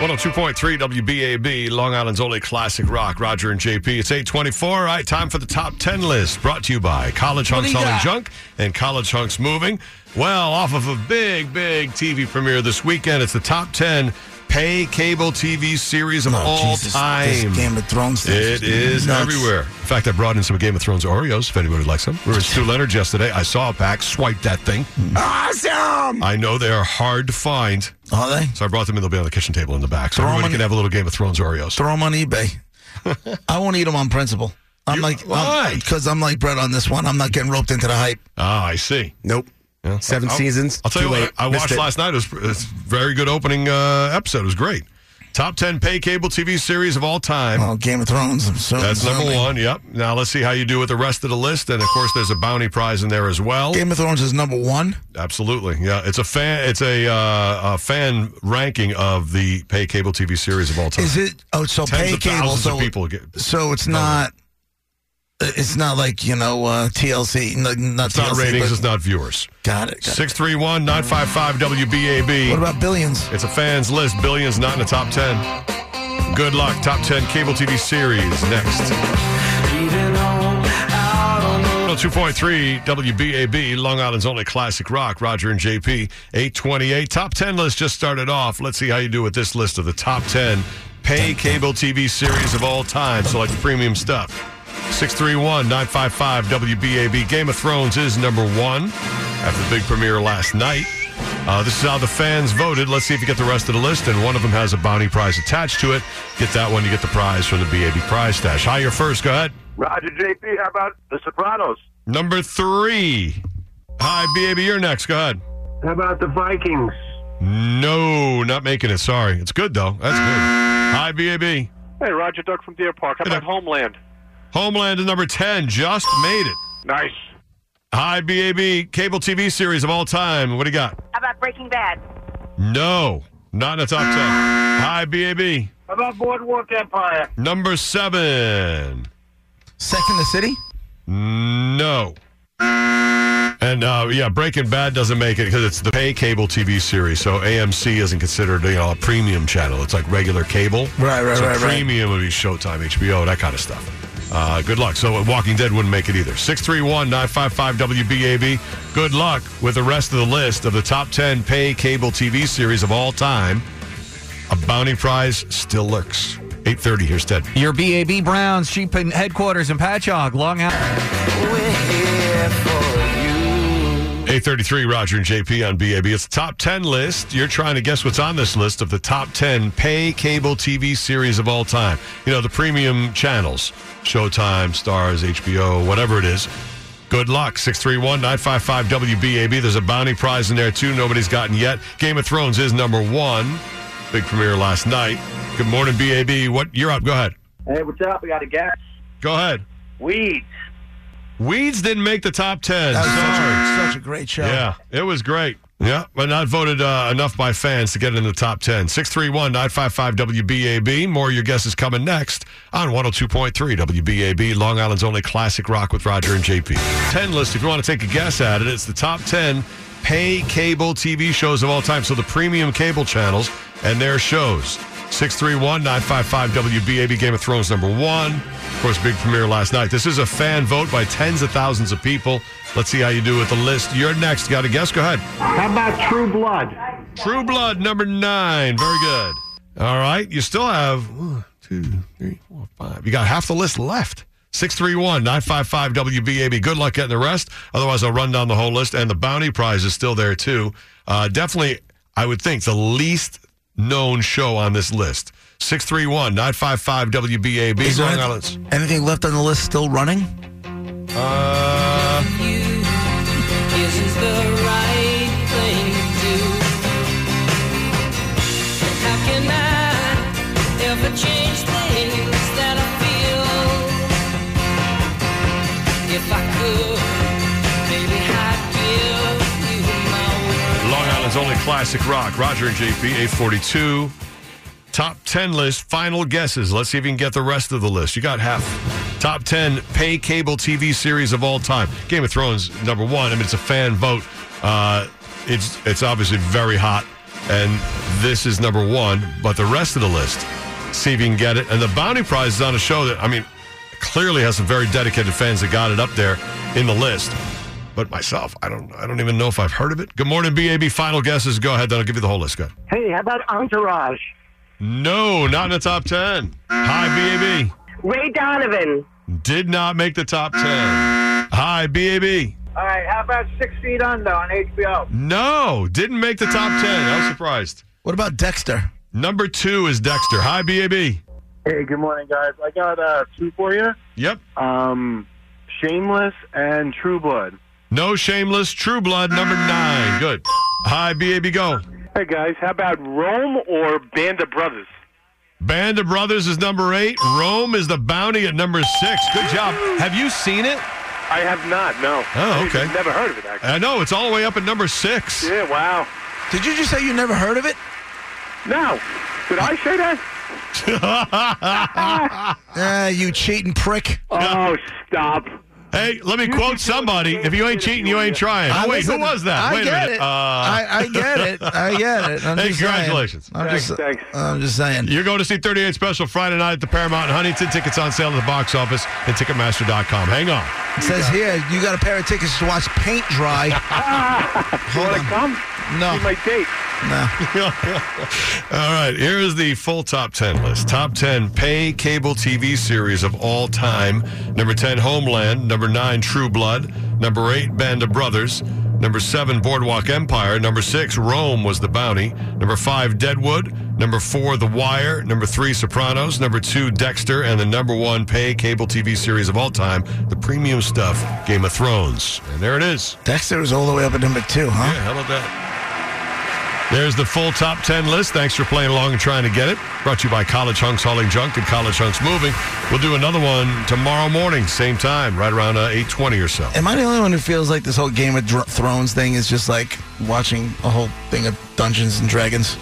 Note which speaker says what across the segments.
Speaker 1: 102.3 WBAB, Long Island's only classic rock. Roger and JP. It's 824. All right, time for the top 10 list brought to you by College Hunks Hauling Junk and College Hunks Moving. Well, off of a big, big TV premiere this weekend, it's the top 10 pay cable TV series of
Speaker 2: Oh,
Speaker 1: all
Speaker 2: Jesus, this
Speaker 1: time.
Speaker 2: Game of Thrones. thing
Speaker 1: It
Speaker 2: just driving
Speaker 1: is
Speaker 2: me nuts.
Speaker 1: everywhere. In fact, I brought in some Game of Thrones Oreos if anybody would like some. We were at Stu Leonard's yesterday. I saw a pack, swiped that thing.
Speaker 2: Hmm. Awesome.
Speaker 1: I know they are hard to find,
Speaker 2: Are they?
Speaker 1: so I brought them in. They'll be on the kitchen table in the back. So
Speaker 2: Throw 'em
Speaker 1: everybody
Speaker 2: in-
Speaker 1: can have a little Game of Thrones Oreos.
Speaker 2: Throw them on eBay. I won't eat them on principle. I'm
Speaker 1: You-
Speaker 2: like,
Speaker 1: why?
Speaker 2: Because I'm, like Brett on this one. I'm not getting roped into the hype.
Speaker 1: Ah, I see.
Speaker 3: Nope. Seven
Speaker 1: I'll-
Speaker 3: seasons.
Speaker 1: I'll tell
Speaker 3: too
Speaker 1: you
Speaker 3: late.
Speaker 1: what, I
Speaker 3: Missed
Speaker 1: watched
Speaker 3: it.
Speaker 1: last night. It was it's a very good opening uh, episode. It was great. Top 10 pay cable TV series of all time.
Speaker 2: Oh, Game of Thrones. I'm so
Speaker 1: That's number
Speaker 2: assuming.
Speaker 1: one. Yep. Now let's see how you do with the rest of the list. And of course, there's a bounty prize in there as well.
Speaker 2: Game of Thrones is number one.
Speaker 1: Absolutely. Yeah. It's a fan. It's a, uh, a fan ranking of the pay cable TV series of all time.
Speaker 2: Is it? Oh, so
Speaker 1: Tens
Speaker 2: pay
Speaker 1: of
Speaker 2: cable.
Speaker 1: thousands
Speaker 2: So,
Speaker 1: of people get. It's
Speaker 2: so it's not. uh, It's not like you know uh, TLC. Not, not TLC,
Speaker 1: not ratings.
Speaker 2: but-
Speaker 1: It's not viewers.
Speaker 2: Got it. Got it.
Speaker 1: 631 955 WBAB.
Speaker 2: What about billions?
Speaker 1: It's a fans list. Billions not in the top 10. Good luck. Top 10 cable TV series next. 102.3 WBAB, Long Island's only classic rock. Roger and JP, 828. Top 10 list just started off. Let's see how you do with this list of the top 10 pay cable TV series of all time. So, like the premium stuff. 631 955 WBAB. Game of Thrones is number one after the big premiere last night. Uh, this is how the fans voted. Let's see if you get the rest of the list, and one of them has a bounty prize attached to it. Get that one, you get the prize from the BAB prize stash. Hi, you're first. Go ahead.
Speaker 4: Roger JP, how about The Sopranos?
Speaker 1: Number three. Hi, BAB, you're next. Go ahead.
Speaker 4: How about The Vikings?
Speaker 1: No, not making it. Sorry. It's good, though. That's good. Hi, BAB.
Speaker 4: Hey, Roger Duck from Deer Park. How about Homeland?
Speaker 1: Homeland is number 10. Just made it.
Speaker 4: Nice.
Speaker 1: Hi, BAB. Cable TV series of all time. What do you got?
Speaker 5: How about Breaking Bad?
Speaker 1: No, not in the top 10. Hi, BAB.
Speaker 4: How about Boardwalk Empire?
Speaker 1: Number seven.
Speaker 2: Second the city.
Speaker 1: No. And uh, yeah, Breaking Bad doesn't make it because it's the pay cable TV series. So AMC isn't considered you know, a premium channel. It's like regular cable.
Speaker 2: Right, right,
Speaker 1: so
Speaker 2: right, right.
Speaker 1: Premium would be Showtime, HBO, that kind of stuff. Uh, good luck. So Walking Dead wouldn't make it either. 631 955 WBAB. Good luck with the rest of the list of the top 10 pay cable TV series of all time. A bounty prize still lurks. 830, here's Ted.
Speaker 6: Your BAB Browns sheep and headquarters in Patchogue, Long Island.
Speaker 1: 833 Roger and JP on BAB. It's the top 10 list. You're trying to guess what's on this list of the top 10 pay cable TV series of all time. You know, the premium channels Showtime, Stars, HBO, whatever it is. Good luck. 631 955 WBAB. There's a bounty prize in there, too. Nobody's gotten yet. Game of Thrones is number one. Big premiere last night. Good morning, BAB. What? You're up. Go ahead.
Speaker 4: Hey, what's up? We got a guest.
Speaker 1: Go ahead.
Speaker 4: Weeds.
Speaker 1: Weeds didn't make the top 10.
Speaker 2: That was
Speaker 1: Sorry.
Speaker 2: such a, such a great show.
Speaker 1: Yeah, it was great. Yeah, but not voted uh, enough by fans to get in the top 10. 631 955 WBAB. More of your guesses coming next on 102.3 WBAB, Long Island's only classic rock with Roger and JP. 10 list, if you want to take a guess at it, it's the top 10 pay cable TV shows of all time. So the premium cable channels and their shows. 631 955 WBAB Game of Thrones number one. Of course, big premiere last night. This is a fan vote by tens of thousands of people. Let's see how you do with the list. You're next. Got a guess? Go ahead.
Speaker 4: How about True Blood?
Speaker 1: True Blood number nine. Very good. All right. You still have one, two, three, four, five. You got half the list left. 631 955 WBAB. Good luck getting the rest. Otherwise, I'll run down the whole list. And the bounty prize is still there, too. Uh, definitely, I would think, the least known show on this list. 631 955 WBAB.
Speaker 2: Is there
Speaker 1: Long
Speaker 2: anyth-
Speaker 1: Island's.
Speaker 2: anything left on the list still running?
Speaker 1: Uh,
Speaker 7: is the right thing to do. How can I ever change things that I feel? If I could, baby, I'd give you my world.
Speaker 1: Long Island's only classic rock. Roger and JP, 842. Top 10 list, final guesses. Let's see if you can get the rest of the list. You got half. Top 10 pay cable TV series of all time. Game of Thrones, number one. I mean, it's a fan vote. Uh, it's, it's obviously very hot. And this is number one, but the rest of the list, see if you can get it. And the Bounty Prize is on a show that, I mean, clearly has some very dedicated fans that got it up there in the list. But myself, I don't, I don't even know if I've heard of it. Good morning, BAB. Final guesses. Go ahead, then I'll give you the whole list. Go. ahead.
Speaker 4: Hey, how about Entourage?
Speaker 1: No, not in the top ten. Hi,
Speaker 3: Ray Donovan.
Speaker 1: BAB. Did not make the top ten. Hi, BAB.
Speaker 4: All right, how about Six Feet Under on HBO?
Speaker 1: No, didn't make the top ten. I was surprised.
Speaker 2: What about Dexter?
Speaker 1: Number two is Dexter. Hi, BAB.
Speaker 4: Hey, good morning, guys. I got uh, two for you.
Speaker 1: Yep.
Speaker 4: Um, Shameless and True Blood.
Speaker 1: No Shameless, True Blood, number nine. Good. Hi, BAB Go.
Speaker 4: Hey, guys, how about Rome or Band of Brothers?
Speaker 1: Band of Brothers is number eight. Rome is the bounty at number six. Good job.
Speaker 6: Have you seen it?
Speaker 4: I have not, no.
Speaker 1: Oh,
Speaker 4: I've
Speaker 1: okay.
Speaker 4: Never heard of it, actually.
Speaker 1: I know, it's all the way up at number six.
Speaker 4: Yeah, wow.
Speaker 2: Did you just say you never heard of it?
Speaker 4: No. Did I say that?
Speaker 2: Ah, you cheating prick.
Speaker 4: Oh, stop.
Speaker 1: Hey, let me quote somebody. If you ain't cheating, you ain't trying.
Speaker 2: I
Speaker 1: Oh, wait,
Speaker 2: listen-
Speaker 1: who was that?
Speaker 2: I
Speaker 1: Wait a
Speaker 2: get
Speaker 1: minute.
Speaker 2: It.
Speaker 1: Uh,
Speaker 2: I, I get it. I get it. I'm
Speaker 1: Hey,
Speaker 2: just saying.
Speaker 1: congratulations.
Speaker 2: I'm
Speaker 4: Thanks,
Speaker 2: just,
Speaker 4: thanks.
Speaker 2: I'm just saying.
Speaker 1: You're going to see 38 Special Friday night at the Paramount in Huntington. Tickets on sale at the box office and Ticketmaster.com. Hang on.
Speaker 2: It says here you got a pair of tickets to watch paint dry.
Speaker 4: You
Speaker 2: Hold
Speaker 4: want
Speaker 2: on.
Speaker 4: to come?
Speaker 2: No.
Speaker 4: Be my date.
Speaker 1: All right, here is the full top 10 list. Top 10 pay cable TV series of all time. Number 10, Homeland. Number 9, True Blood. Number 8, Band of Brothers. Number 7, Boardwalk Empire. Number 6, Rome was the bounty. Number 5, Deadwood. Number 4, The Wire. Number 3, Sopranos. Number 2, Dexter. And the number 1 pay cable TV series of all time, the premium stuff, Game of Thrones. And there it is.
Speaker 2: Dexter was all the way up at number two, huh?
Speaker 1: Yeah, how about that? There's the full top 10 list. Thanks for playing along and trying to get it. Brought to you by College Hunks Hauling Junk and College Hunks Moving. We'll do another one tomorrow morning, same time, right around uh, 8.20 or so.
Speaker 2: Am I the only one who feels like this whole Game of Dr- Thrones thing is just like watching a whole thing of Dungeons and Dragons?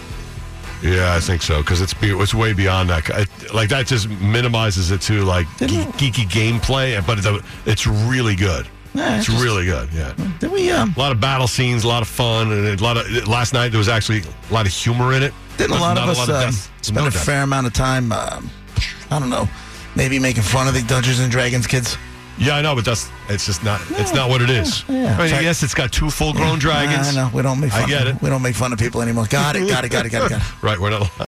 Speaker 1: Yeah, I think so, because it's, be- it's way beyond that. It- like, that just minimizes it to, like, ge- geeky gameplay, but it's, it's really good.
Speaker 2: Yeah,
Speaker 1: it's
Speaker 2: it's just-
Speaker 1: really good, yeah.
Speaker 2: Did we? Um,
Speaker 1: A lot of battle scenes, a lot of fun, and a lot of... Last night, there was actually a lot of humor in it.
Speaker 2: didn't a
Speaker 1: but
Speaker 2: lot
Speaker 1: not
Speaker 2: of us um,
Speaker 1: death.
Speaker 2: spend
Speaker 1: No
Speaker 2: a
Speaker 1: death.
Speaker 2: fair amount of time? Um, I don't know, maybe making fun of the Dungeons and Dragons kids.
Speaker 1: Yeah, I know, but that's it's just not it's not what it is.
Speaker 2: yeah.
Speaker 1: I mean,
Speaker 2: Fact-
Speaker 1: yes, it's got two full grown
Speaker 2: I
Speaker 1: dragons.
Speaker 2: know we don't make.
Speaker 1: I
Speaker 2: Fun
Speaker 1: get
Speaker 2: of,
Speaker 1: it.
Speaker 2: We don't make fun of people anymore. Got it. Got it. Got it. Got it. Got it.
Speaker 1: Right, we're not.